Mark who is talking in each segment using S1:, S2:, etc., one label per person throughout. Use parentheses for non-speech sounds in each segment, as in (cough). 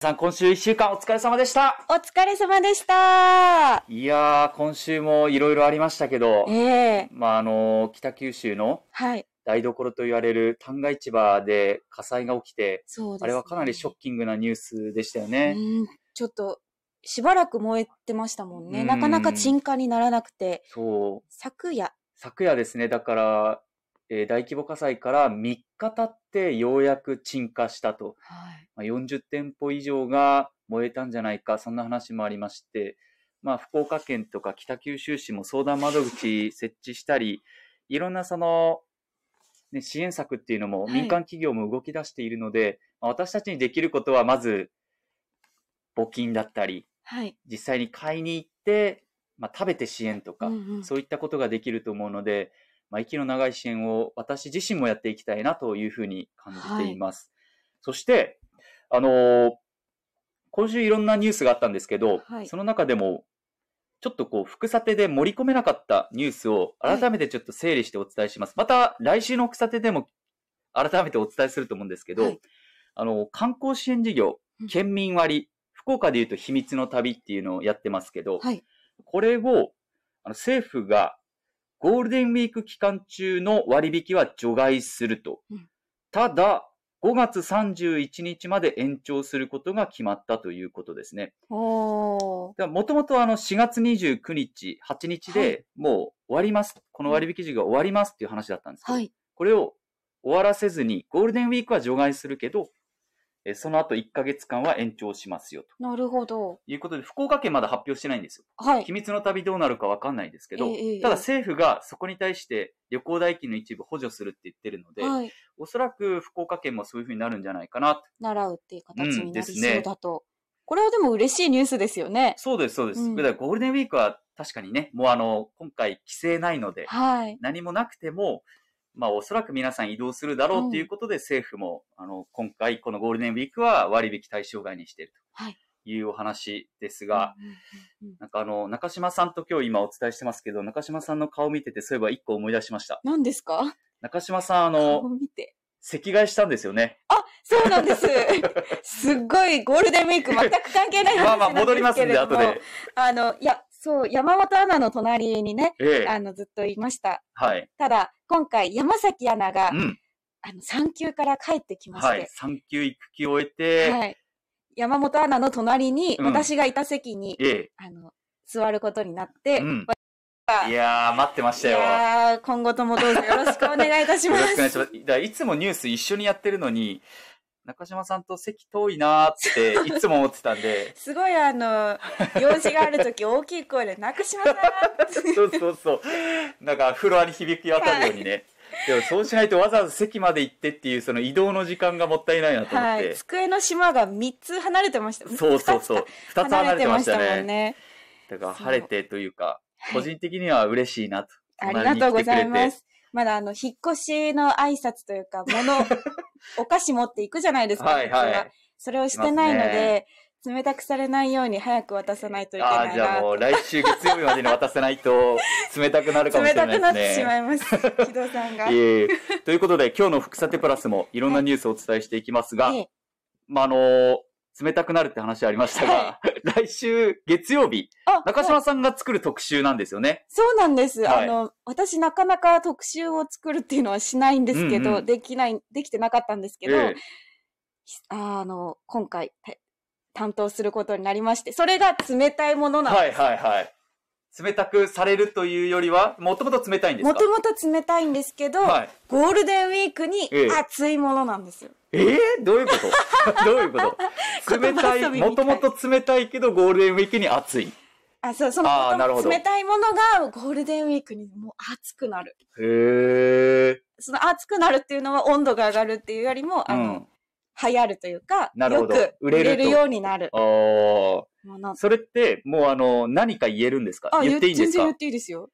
S1: さん、今週一週間お疲れ様でした。
S2: お疲れ様でした。
S1: いやー、今週もいろいろありましたけど
S2: え、え
S1: まあ、あの、北九州の
S2: はい。
S1: 台所と言われる旦過市場で火災が起きて、
S2: そうです、
S1: あれはかなりショッキングなニュースでしたよ
S2: う
S1: ね。
S2: ん、ちょっと、しばらく燃えてましたもん
S1: う
S2: ね。
S1: ん
S2: なかなか鎮火にならなくて、
S1: そう。
S2: 昨夜。
S1: 昨夜ですね、だから、えー大規模火災から3日経ってようやく鎮火したと。
S2: はい。
S1: まあ、40店舗以上が燃えたんじゃないか、そんな話もありまして、まあ、福岡県とか北九州市も相談窓口設置したり、いろんなその、ね、支援策っていうのも
S2: はい
S1: 民間企業も動き出しているので、まあ私たちにできることはまず、募金だったり、
S2: はい。
S1: 実際に買いに行って、まあ、食べて支援とか、
S2: うんうん
S1: そういったことができると思うので、まあ、息の長い支援を私自身もやっていきたいなというふうに感じています。そして、あのー今週いろんなニュースがあったんですけど、
S2: はい
S1: その中でも、ちょっとこう、副査定で盛り込めなかったニュースを改めてちょっと整理してお伝えします。また来週の副査定でも改めてお伝えすると思うんですけど、
S2: はい
S1: あの、観光支援事業
S2: うん、
S1: 県民割、福岡でいうと秘密の旅っていうのをやってますけど、
S2: はい。
S1: これを、あの政府がゴールデンウィーク期間中の割引は除外すると。
S2: うん
S1: ただ、5月31日まで延長することが決まったということですね。
S2: おー。
S1: もともとあの4月29日、8日
S2: は
S1: でもう終わります。この割引時が終わりますっていう話だったんですけど、
S2: はい。
S1: これを終わらせずに、ゴールデンウィークは除外するけど、えその後1ヶ月間は延長しますよと
S2: なるほど。
S1: いうことで、福岡県まだ発表してないんですよ。
S2: はい。
S1: 秘密の旅どうなるかわかんないですけど、
S2: ええええ
S1: ただ政府がそこに対して旅行代金の一部補助するって言ってるので、
S2: はい。
S1: おそらく福岡県もそういうふうになるんじゃないかなと。
S2: 習うっていう形
S1: うん
S2: にな
S1: で
S2: り
S1: す
S2: そ
S1: ね
S2: うだと。これはでも嬉しいニュースですよね。
S1: そうです、そうです。
S2: うん
S1: だからゴールデンウィークは確かにね、もうあの、今回規制ないので、
S2: はい。
S1: 何もなくても、まあおそらく皆さん移動するだろう
S2: う
S1: んということで、政府も、あの、今回このゴールデンウィークは割引対象外にしている
S2: はい
S1: というお話ですが、
S2: うんうんうんうん
S1: なんかあの、中島さんと今日今お伝えしてますけど、中島さんの顔見てて、そういえば一個思い出しました。
S2: 何ですか
S1: 中島さん、あ
S2: 顔
S1: の、
S2: を見て。
S1: 席替えしたんですよね。
S2: そうなんです。すっごいゴールデンウィーク全く関係ない話
S1: まあまあ、
S2: なん
S1: 戻りますん
S2: けれ
S1: で、
S2: ども
S1: 後で。
S2: あの、いや、そう、山本アナの隣にね、
S1: ええ。
S2: あの、ずっといました。
S1: はい。
S2: ただ、今回、山崎アナが
S1: う、ん。
S2: あの、産休から帰ってきまし
S1: はい。
S2: て、
S1: 産休育休を終え
S2: は
S1: て、
S2: い。山本アナの隣に、
S1: うん
S2: 私がいた席に、
S1: え
S2: あの、座ることになっ
S1: え。
S2: て、
S1: うん。
S2: まあ
S1: いやー、待ってましたよ。
S2: い
S1: よ
S2: やー今後ともどうぞよろしくお願いいたしま
S1: ろ
S2: す。。
S1: しくお願いします。だからいつもニュース一緒にやってるのに、中島さんと席遠いなーって、いつも思ってたんで
S2: すごいあの、用事があるとき大きい声で、なくしまさん
S1: そうそうそう。なんか、フロアに響き渡るようにね。でも、そうしないとわざわざ席まで行ってっていう、その移動の時間がもったいないなと思っ
S2: は
S1: て。
S2: い。机の島が3つ離れてました。
S1: そうそうそう。二つ離れてました
S2: 離れてましたも
S1: ね
S2: ん。ね。
S1: だから
S2: そう
S1: 晴れてというか、
S2: はい
S1: 個人的には嬉しいなと。
S2: ありがとうございます。まだあの、引っ越しの挨拶というか、
S1: (laughs)
S2: 物、お菓子持っていくじゃないですか。
S1: はいは
S2: こっち
S1: い。
S2: それをしてないの
S1: します
S2: で、冷たくされないように早く渡さないといけ
S1: あ
S2: な
S1: あ、
S2: い
S1: じゃあ
S2: な。
S1: もう来週月曜日までに渡さないと冷たくなるかも
S2: (laughs) 冷
S1: しれな
S2: た
S1: いですね。
S2: くなってしまいます。木戸さんが。え
S1: ええということで、今日の福さてプラスもいろんなニュースをお伝えしていきますが、
S2: (laughs) え
S1: まあ、あのー冷たくなるって話ありましたが、 (laughs) 来週月曜日、
S2: あ
S1: 中
S2: はい
S1: 島さんが作る特集なんですよね。
S2: そうなんです。
S1: はい
S2: あの、私なかなか特集を作るっていうのはしないんですけど、
S1: うんうん
S2: できない、できてなかったんですけど、
S1: ええ
S2: あの、今回、た担当することになりまして、それが冷たいものなの
S1: はいはいはい。冷たくされるというよりは、もともと冷たいんです
S2: も
S1: か
S2: ともと冷たいんですけど、
S1: はい。
S2: ゴールデンウィークに
S1: ええ
S2: 熱いものなんですよ。
S1: えー、どういうこと (laughs) どういうこと冷た
S2: 言葉遊
S1: い、
S2: びみ
S1: も
S2: た
S1: と
S2: い
S1: もと冷たいけどゴールデンウィークに暑い。
S2: あ、そう、そ
S1: あー
S2: の
S1: なるほど
S2: 冷たいものがゴールデンウィークにもう熱くなる。
S1: へえ。
S2: その熱くなるっていうのは温度が上がるっていうよりも、
S1: う
S2: あの、
S1: ん。
S2: 流行るというか、
S1: なるほ
S2: よ
S1: ど
S2: く
S1: 売
S2: 売
S1: れ
S2: れ
S1: ると
S2: るようになる
S1: あー
S2: もの。
S1: それって、もうあの、何か言えるんですか
S2: あ、
S1: 言っていいんで
S2: 言全
S1: す
S2: 然言
S1: か
S2: っていいですよ。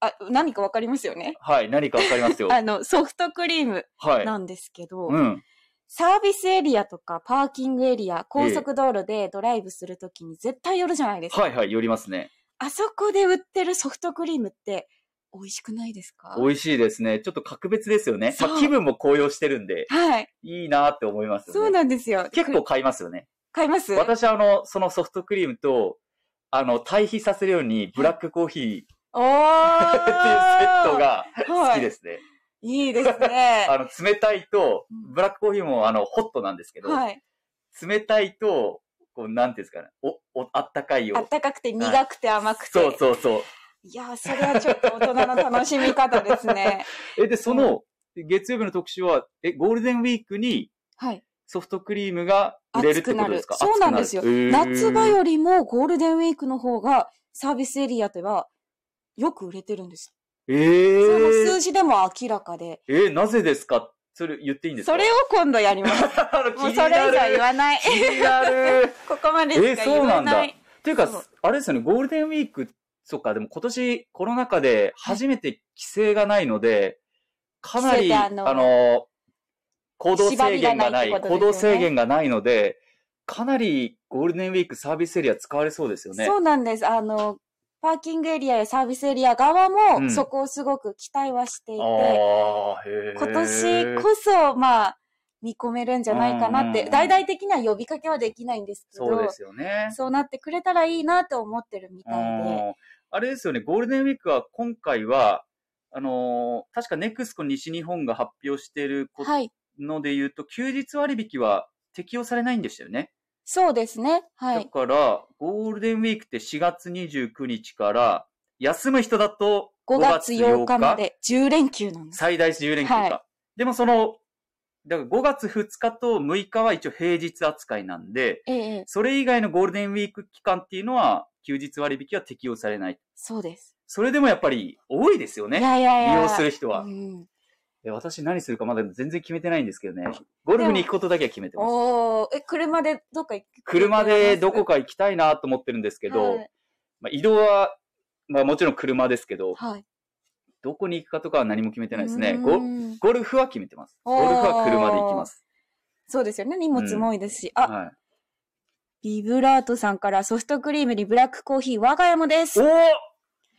S2: あ、何かわかりますよね
S1: はい、何かわかりますよ。
S2: (laughs) あの、ソフトクリーム
S1: はい。
S2: なんですけど、
S1: うん。
S2: サービスエリアとかパーキングエリア、高速道路でドライブするときに絶対寄るじゃないですか。
S1: はいはい、寄りますね。
S2: あそこで売ってるソフトクリームって、美味しくないですか
S1: 美味しいですね。ちょっと格別ですよね。
S2: そう
S1: まあ気分も高揚してるんで、
S2: はい。
S1: いいなって思いますよね。
S2: そうなんですよ。
S1: 結構買いますよね。
S2: 買います
S1: 私、あの、そのソフトクリームと、あの、対比させるように、ブラックコーヒー
S2: おー。
S1: っていうセットが好きですすね。
S2: いいですね。
S1: あの、冷たいと、
S2: うん
S1: ブラックコーヒーも、あの、ホットなんですけど、
S2: はい。
S1: 冷たいと、こう、なんていうんですかね、お、お、あったかいを
S2: あ。ったかくて苦くて甘くて。
S1: そうそうそう。
S2: いやー、それはちょっと大人の楽しみ方ですね。
S1: え、で、その、月曜日の特集は、え、ゴールデンウィークに
S2: はい。
S1: ソフトクリームが売れるってことですか
S2: 熱くなるそ
S1: 熱
S2: う
S1: くなる
S2: 夏場
S1: へー
S2: よりもゴールデンウィークの方がサービスエリアではよく売れてるんです。
S1: え
S2: それも数
S1: ー、
S2: 字でも明らかで。
S1: えーなぜですかそれ言っていいんですか
S2: それを今度やります。
S1: (laughs) あの
S2: もう
S1: 気に
S2: それ以
S1: な
S2: 上言
S1: る。(laughs)
S2: わない。
S1: 気になる。
S2: ここまでしか
S1: え
S2: 言
S1: そう
S2: わ
S1: なんだ
S2: ない。
S1: っていうか
S2: そう、
S1: あれですよね、ゴールデンウィーク、そっか、でも今年コロナ禍で初めて規制がないので、かな
S2: 規制
S1: り、
S2: で
S1: あ
S2: あの
S1: の、行動制限がない、
S2: 縛りがないってことですよね
S1: 行動制限がないので、かなりゴールデンウィークサービスエリア使われそうですよね。
S2: そうなんです。あの、パーキングエリアやサービスエリア側
S1: う
S2: も
S1: ん
S2: そこをすごく期待はしていて、
S1: ああ、へえ。
S2: 今年こそ、まあ、見込めるんじゃないかなっ
S1: うんうんう
S2: て、
S1: ん
S2: 大々的な呼びかけはできないんですけど、
S1: そうですよね。
S2: そうなってくれたらいいなと思ってるみたいで。
S1: うんあれですよね、ゴールデンウィークは今回は、あのー確かネクスコ西日本が発表していること
S2: はい。
S1: ので言うと、休日割引は適用されないんでしたよね。
S2: そうですね。は
S1: だ
S2: い。
S1: から、ゴールデンウィークって4月29日から、休む人だと
S2: 5月8日まで10連休なんです。
S1: 最大10連休か。
S2: はい
S1: でもその、だから5月2日と6日は一応平日扱いなんで、
S2: ええ、
S1: それ以外のゴールデンウィーク期間っていうのは、休日割引は適用されない。
S2: そうです。
S1: それでもやっぱり多いですよ
S2: い
S1: ね。
S2: やいやいや。
S1: 利用する人は
S2: う。ん
S1: え私何するかまだ全然決めてないんですけどね。ゴルフに行くことだけは決めてます。
S2: おーえ、車でどっか行く
S1: 車でどこ
S2: か
S1: か行きたいなと思ってるんですけ
S2: け
S1: ど、
S2: はい。
S1: まあ、移動は、まあもちろん車ですけど、
S2: はい
S1: どこに行くかとかは何も決めてないですね。
S2: う
S1: ゴ
S2: ん
S1: ゴルフは決めてます。ゴルフは車で行きます。
S2: そうですよね。荷物も多いですし。あ、
S1: はい、
S2: ビブラートさんからソフトクリームにブラックコーヒー、我が家もです。
S1: おー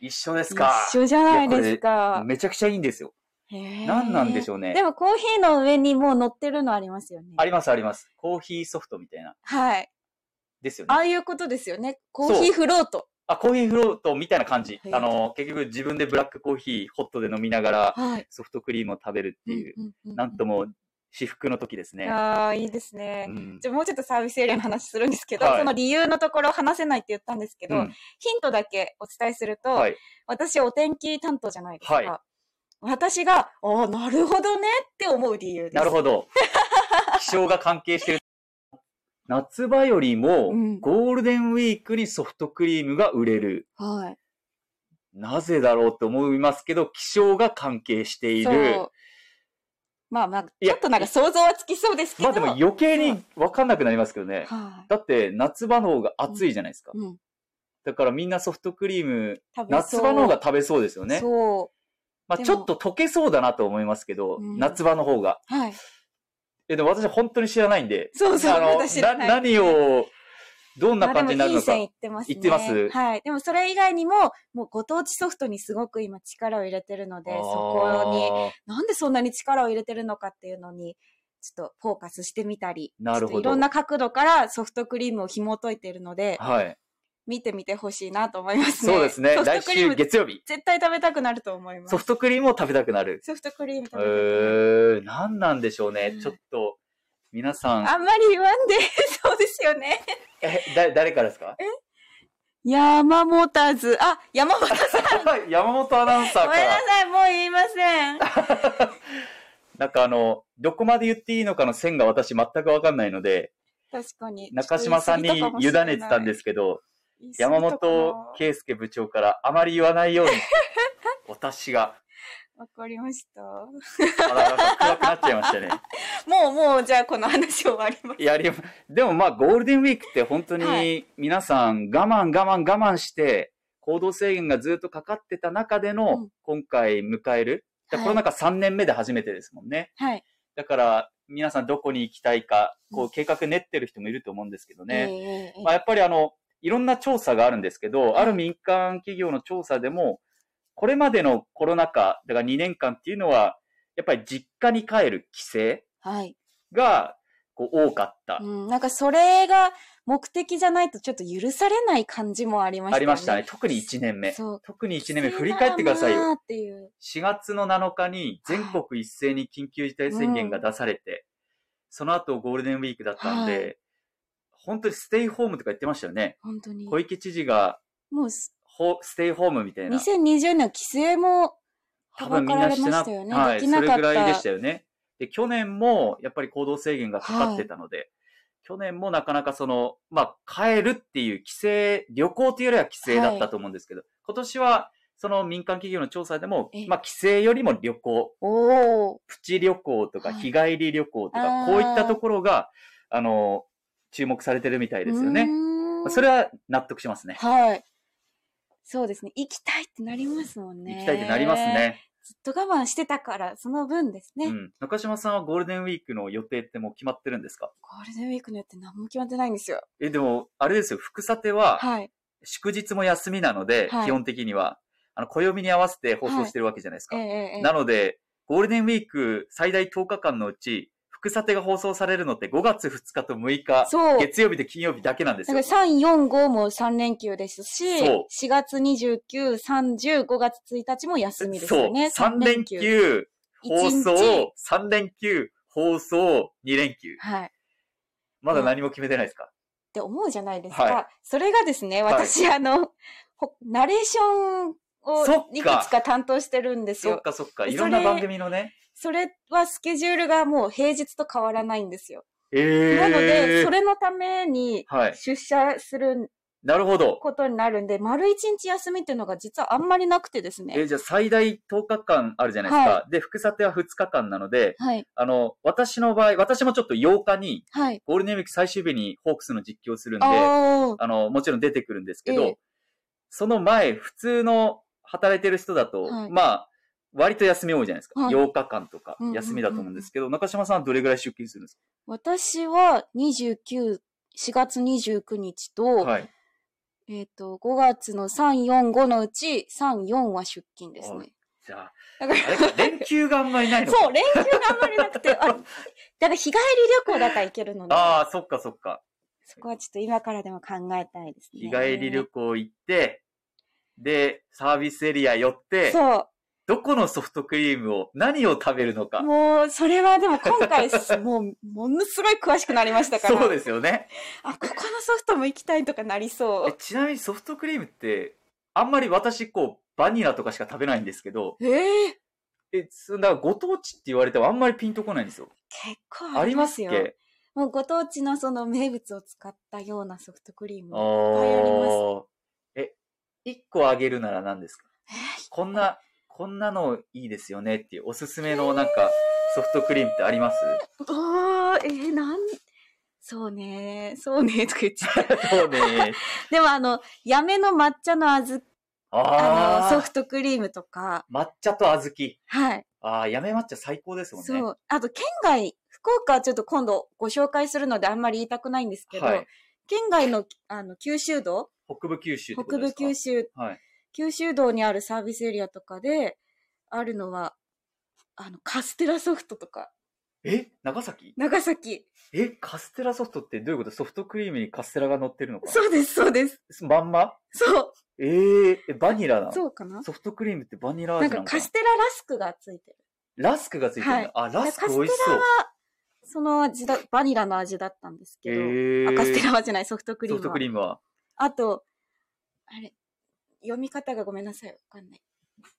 S1: 一緒ですか。
S2: 一緒じゃないですか。
S1: めちゃくちゃいいんですよ。
S2: 何
S1: 何なんでし
S2: ょ
S1: ょうね。
S2: でもコーヒーの上にもう乗ってるのありますよね。
S1: ありますあります。コーヒーソフトみたいな。
S2: はい。
S1: ですよね
S2: あ。あいうことですよね。コーヒーフロート。
S1: あ、コーヒーフロートみたいな感じ。
S2: はい
S1: あの、結局自分でブラックコーヒーホットで飲みながら
S2: はい。
S1: ソフトクリームを食べるっていう、
S2: んんん
S1: なんとも至福の時ですね。
S2: ああ、いいですね
S1: う。ん
S2: じゃあもうちょっとサービスエリアの話するんですけど、
S1: はい
S2: その理由のところ話せないって言ったんですけど、
S1: うん
S2: ヒントだけお伝えすると、
S1: はい。
S2: 私お天気担当じゃないですか。
S1: はい
S2: 私が、ああ、なるほどねって思う理由です。
S1: なるほ
S2: (laughs)
S1: ど。気象が関係してる。夏場よりも
S2: うん
S1: ゴールデンウィークにソフトクリームが売れる。
S2: はい。
S1: なぜだろうと思いますけど、気象が関係してい
S2: そ
S1: る
S2: う。。まあまあ、
S1: い
S2: ち
S1: や
S2: ょっとなんか想像はつきそうですけ
S1: ま
S2: ど。
S1: あでも余計にわかんなくなりますけどね。
S2: はい。
S1: だって夏場の方が暑いじゃないですか。
S2: うん。
S1: だからみんなソフトクリーム、
S2: 食べそう
S1: 夏場の方が食べそうですよね。
S2: そ
S1: まあ
S2: でも
S1: ちょっと溶けそうだなと思いますけど、
S2: うん
S1: 夏場の方が。
S2: う。はい。
S1: え、でも私本当に知らないんで。
S2: そうそう
S1: あの、
S2: まだ知らない
S1: 何を、どん
S2: ま
S1: な
S2: あ
S1: 感じになるの
S2: で
S1: か。
S2: もいい線いってますね。
S1: いってます
S2: はい。でもそれ以外にも、もうご当地ソフトにすごく今力を入れてるので、そこに、
S1: あー
S2: なんでそんなに力を入れてるのかっていうのに、ちょっとフォーカスしてみたり、
S1: なるほど
S2: ちょっといろんな角度からソフトクリームを紐解いているので、
S1: はい。
S2: 見てみてほしいなと思いますね。
S1: そうですね。
S2: ソフ
S1: 来
S2: トクリー
S1: 週
S2: ム
S1: 月曜日。
S2: 絶対食べたくなると思います。
S1: ソフトクリームを食べたくなる。
S2: ソフトクリーム
S1: え
S2: 食べたくなる。
S1: ー、何なんでしょうね
S2: う。ん
S1: ちょっと、皆さん、
S2: あんまり言わんで、 (laughs) そうですよね。
S1: え、だ、誰からですか
S2: 山本図。あ、山本さ
S1: (laughs)
S2: ん。
S1: 山本アナウンサー
S2: ご
S1: か
S2: めんな
S1: ら。
S2: さい、もう言いません。
S1: なんかあの、どこまで言っていいのかの線が私全くわかんないので、
S2: 確かに。。
S1: 中島さんに委ねてたんですすけど、
S2: 言い過ぎ
S1: 山
S2: たかな
S1: 本圭介部長からあまり言わないよ
S2: (laughs)
S1: うに、私が、
S2: わかりました。も
S1: あらなんか暗くなっちゃいましたね。
S2: う、もう、じゃあこの話終わります。
S1: いや、でもでもまあゴールデンウィークって本当
S2: は
S1: に皆さん我慢我慢我慢して、行動制限がずっとかかってた中で
S2: う
S1: の
S2: ん
S1: 今回迎える、だからコロナ禍3年目で初めてですもんね。
S2: はい。
S1: だから皆さんどこに行きたいか、こ
S2: う
S1: う計画練ってる人もいると思うんですけどね。
S2: ね
S1: まあ、やっぱりあの、いろんな調査があるんですけど、ある民間企業の調査でも、これまでのコロナ禍、だから2年間っていうのは、やっぱり実家に帰る帰
S2: はい。
S1: 省がこう多かった。
S2: うん、なんかそれが目的じゃないとちょっと許されない感じもありました
S1: ありましたね。。特に1年目。
S2: そう。
S1: 特に1年目、振り返ってください
S2: そうな
S1: よ。
S2: んだっていう。
S1: 4月の7日に全国一斉に緊急事態宣言が出されて、その後ゴールデンウィークだったんで、
S2: は
S1: 本当にステイホームとか言ってましたよね。
S2: 本当に。
S1: 小池知事が
S2: もうす
S1: ほステイホームみたいな。
S2: 2020年は規制も、
S1: 多分みんなしてな
S2: たばかられましたよね
S1: はい、
S2: でき
S1: そ
S2: な
S1: れ
S2: かった
S1: ぐらいでしたよね。で、去年もやっぱり行動制限がかかってたので、去年もなかなかその、まあ、帰るっていう規制、旅行というよりは規制だったと思うんですけど、今年はその民間企業の調査でも
S2: ええ、
S1: まあ、規制よりも旅行、
S2: おお。
S1: プチ旅行とか
S2: はい
S1: 日帰り旅行とか、
S2: あー
S1: こういったところが、あの、注目されてるみたいですよね。
S2: うーん
S1: それは納得しますね。
S2: はい。そうですね。行きたいってなりますもんね。
S1: 行きたいってなります。ね。
S2: ずっと我慢してたから、その分ですね。
S1: う
S2: ゴ
S1: ん。中島さんはゴールデンウィークの予定ってもう決まってるんですか
S2: ールデンウィークによって何も決まってないんですよ。
S1: え、でも、あれですよ、福さては、
S2: はい。
S1: 祝日も休みなので、
S2: はい
S1: 基本的には、あの、暦に合わせて放送してるわけじゃないですか。
S2: ええええええ。
S1: なので、ゴールデンウィーク最大10日間のうち、福さてが放送されるのって5月2日と6日、
S2: そう。
S1: 月曜日と金曜日だけなんです
S2: だ
S1: よ
S2: から。3、4、5も3連休ですし、
S1: そう
S2: 4月29、30、5月1日も休みです
S1: そう
S2: よね。、
S1: 3連。休、放
S2: 一
S1: 送、3連休、放送、2連休。
S2: はい。っ
S1: まだ何も決めてないですか、
S2: て思うじゃないですか。
S1: はい
S2: それがですね、
S1: はい
S2: 私、あの、ほナレーション
S1: そっ
S2: を
S1: か
S2: いくつか担当してるんです
S1: そっ
S2: よ。
S1: かそっか、
S2: それ
S1: いろんな番組のね。
S2: それはスケジュールがもう平日と変わらないんですよ。
S1: ええー。
S2: なので、それのために
S1: はい。
S2: 出社する
S1: なるほど。
S2: ことになるんで、丸一日休みっていうのが実はあんまりなくてです
S1: え
S2: ね。
S1: ーじゃあ最大10日間あるじゃないですか。で、副査定は2日間なので、
S2: はい、
S1: あの、私の場合、私もちょっと8日に、
S2: はい。
S1: ゴールデンウィーク最終日にホークスの実況をするんで、
S2: あ
S1: あ
S2: ー
S1: の、もちろん出てくるんですけど、
S2: ええ
S1: その前、普通の働いてる人だと、
S2: はい
S1: まあ、割と休み多いじゃないですか。
S2: はい
S1: 8日間とか
S2: うんうんうん
S1: 休みだと思うんですけど、中島さんはどれぐらい出勤するんです
S2: 私は29、4月29日と、
S1: かはい。
S2: えっ、と、5月の3、4、5のうち、3、4は出勤ですね。
S1: じゃあ、
S2: だか、
S1: あれから (laughs) 連休があんまりないのか
S2: そう、連休があんまりなくて、あ、だから日帰り旅行だから行けるので、
S1: ああ、そっかそっか。
S2: そこはちょっと今からでも考えたいですね。
S1: 日帰り旅行行って、で、サービスエリア寄って、
S2: そ
S1: どこのソフトクリームを、何を食べるのか
S2: う。。もう、それはでも今回、もう、 (laughs) ものすごい詳しくなりましたから。
S1: そうですよね。
S2: あ、ここのソフトも行きたいとかなりそ
S1: え
S2: う。
S1: ちなみにソフトクリームって、あんまり私、こう、バニラとかしか食べないんですけど、
S2: ええ
S1: え、そんなご当地って言われてもあんまりピンとこないんですよ。
S2: 結構
S1: あ
S2: あ
S1: り
S2: り
S1: ま
S2: ますす
S1: っ
S2: よ。
S1: け
S2: もうご当地のその名物を使ったようなソフトクリーム。
S1: あ
S2: えいあります
S1: ーえ、一個あげるなら何ですか
S2: ー
S1: こんな、こんなのいいですよねっていう、おすすめのなんか、ソフトクリームってあります
S2: おー、えー、なん、そうね、そうね、とか言っちゃう。
S1: そうね。
S2: (laughs) でもあの、やめの抹茶のあず、あ
S1: あ
S2: の、
S1: あ
S2: ソフトクリームとか、
S1: 抹茶と小豆。
S2: はい。
S1: ああ、やめ抹茶最高ですもんね。
S2: そう。あと、県外、福岡はちょっと今度ご紹介するのであんまり言いたくないんですけど、
S1: はい。
S2: 県外の、あの、九州道、
S1: 北部九州ってこと
S2: 北
S1: で
S2: 部
S1: すか
S2: 九州、
S1: はい。
S2: 九州道にあるサービスエリアとかで、あるのは、あの、カステラソフトとか、
S1: え長崎
S2: 長崎。
S1: えカステラソフトってどういうことソフトクリームにカステラが乗ってるのか
S2: そうです、そうです。
S1: まんま
S2: そう。
S1: えー、え、バニラなの
S2: そうかな
S1: ソフトクリームってバニラ
S2: なん
S1: 味な
S2: か
S1: のか
S2: カ
S1: な
S2: ステララスクがついてる。
S1: ラスクがついてるんだ、
S2: はい
S1: あ、ラスク美
S2: カステラ
S1: 味しそう。
S2: その味だ、バニラの味だったんです
S1: え
S2: けど、
S1: ー、
S2: あカステラはじゃない、ソフトクリー
S1: ソ
S2: ム
S1: フト
S2: は。
S1: クリームは。
S2: あと、あれ、読み方がごめんなさい、わかんない。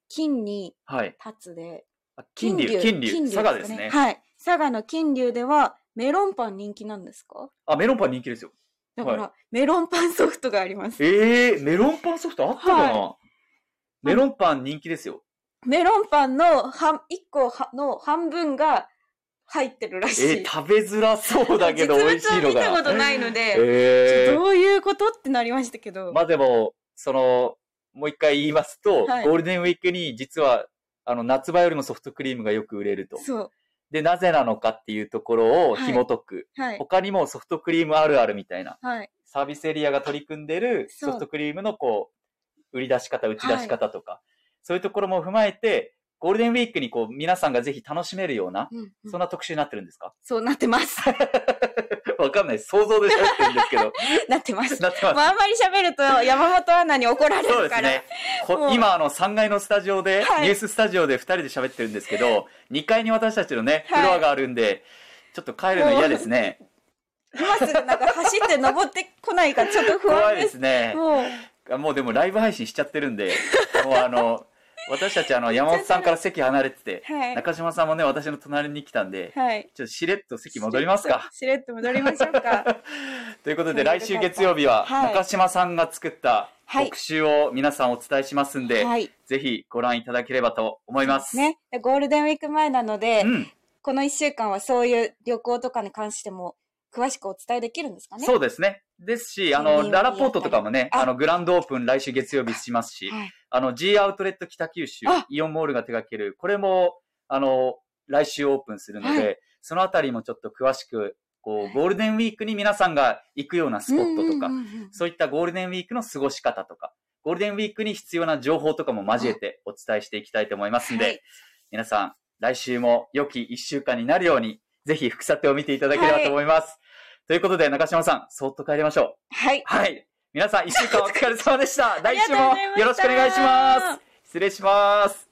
S2: 金に
S1: はい。
S2: 立つで。
S1: あ金龍、金龍、佐賀ですね。
S2: はい。佐賀の金龍では、メロンパン人気なんですか
S1: あ、メロンパン人気ですよ。
S2: だから、
S1: は
S2: メロンパンソフトがあります。
S1: えー、メロンパンソフトあったかな、
S2: は
S1: メロンパン人気ですよ。
S2: メロンパンの半、1個はの半分が入ってるらしい。
S1: えー、食べづらそうだけど美味しいの
S2: 実物
S1: が。
S2: は見たことないので、
S1: え
S2: ち
S1: ー
S2: ょどういうことってなりましたけど。
S1: まあでも、その、もう一回言いますと、
S2: はい
S1: ゴールデンウィークに実は、あの、夏場よりもソフトクリームがよく売れると。
S2: そう。
S1: で、なぜなのかっていうところを
S2: はい
S1: 紐解く。
S2: はい。
S1: 他にもソフトクリームあるあるみたいな、
S2: はい。
S1: サービスエリアが取り組んでる
S2: そう
S1: ソフトクリームのこう、売り出し方、打ち出し方とか、そういうところも踏まえて、ゴールデンウィークにこう、皆さんがぜひ楽しめるような、
S2: うんうん
S1: そんな特集になってるんですか (laughs)
S2: そうなってます。
S1: わかんない。想像で喋ってるんですけど、
S2: (laughs) なってます。
S1: なって
S2: ま
S1: ます。
S2: あ、あんまり喋ると山本アナに怒られ
S1: そう
S2: る
S1: で
S2: か
S1: す
S2: ら。
S1: ね。こ
S2: もう
S1: 今、あの、3階のスタジオで、
S2: はい
S1: ニューススタジオで2人で喋ってるんですけど、2階に私たちのね、フ
S2: はい
S1: ロアがあるんで、ちょっと帰るの嫌ですね。
S2: 今すぐなんか走って登ってこないかちょっと不
S1: 怖
S2: 安
S1: いで
S2: です
S1: すね。
S2: もう、
S1: あもうでもライブ配信しちゃってるんで、もうあの、私たちあの、山本さんから席離れてて、
S2: はい。
S1: 中島さんもね、私の隣に来たんで、
S2: はい。
S1: ちょっとしれっと席戻りますか。
S2: しれっと戻りましょうか。
S1: ということ
S2: は
S1: で、
S2: い
S1: 来週月曜日は、
S2: はい
S1: 中島さんが作った
S2: はい
S1: 特集を皆さんお伝えしますんで、
S2: はい。
S1: ぜひご覧いただければと思います。
S2: ね。ゴールデンウィーク前なので
S1: う、ん、
S2: この一週間はそういう旅行とかに関しても詳しくお伝えできるんですかね。
S1: そうですね。ですし、あ
S2: いい
S1: の、
S2: よ
S1: ララポートとかもね、
S2: あ
S1: あの、グランドオープン来週月曜日しますし、
S2: はい
S1: あの、G アウトレット北九州
S2: あ、
S1: イオンモールが手掛ける、これも、あの、来週オープンするので、
S2: は
S1: そのあたりもちょっと詳しく、こ、
S2: はいう
S1: ゴールデンウィークに皆さんが行くようなスポットとか、
S2: うんうんうんうん
S1: そういったゴールデンウィークの過ごし方とか、ゴールデンウィークに必要な情報とかも交えてお伝えしていきたいと思いますんで、
S2: はい
S1: 皆さん、来週も良き一週間になるように、ぜひ副査定を見ていただければと思います。ということで、中島さん、そっと帰りましょう。
S2: はい。
S1: はい。皆さん、一週間お疲れ様でした。
S2: あ
S1: 来
S2: りが
S1: 週
S2: と
S1: も
S2: うございました
S1: よろしくお願いします。失礼します。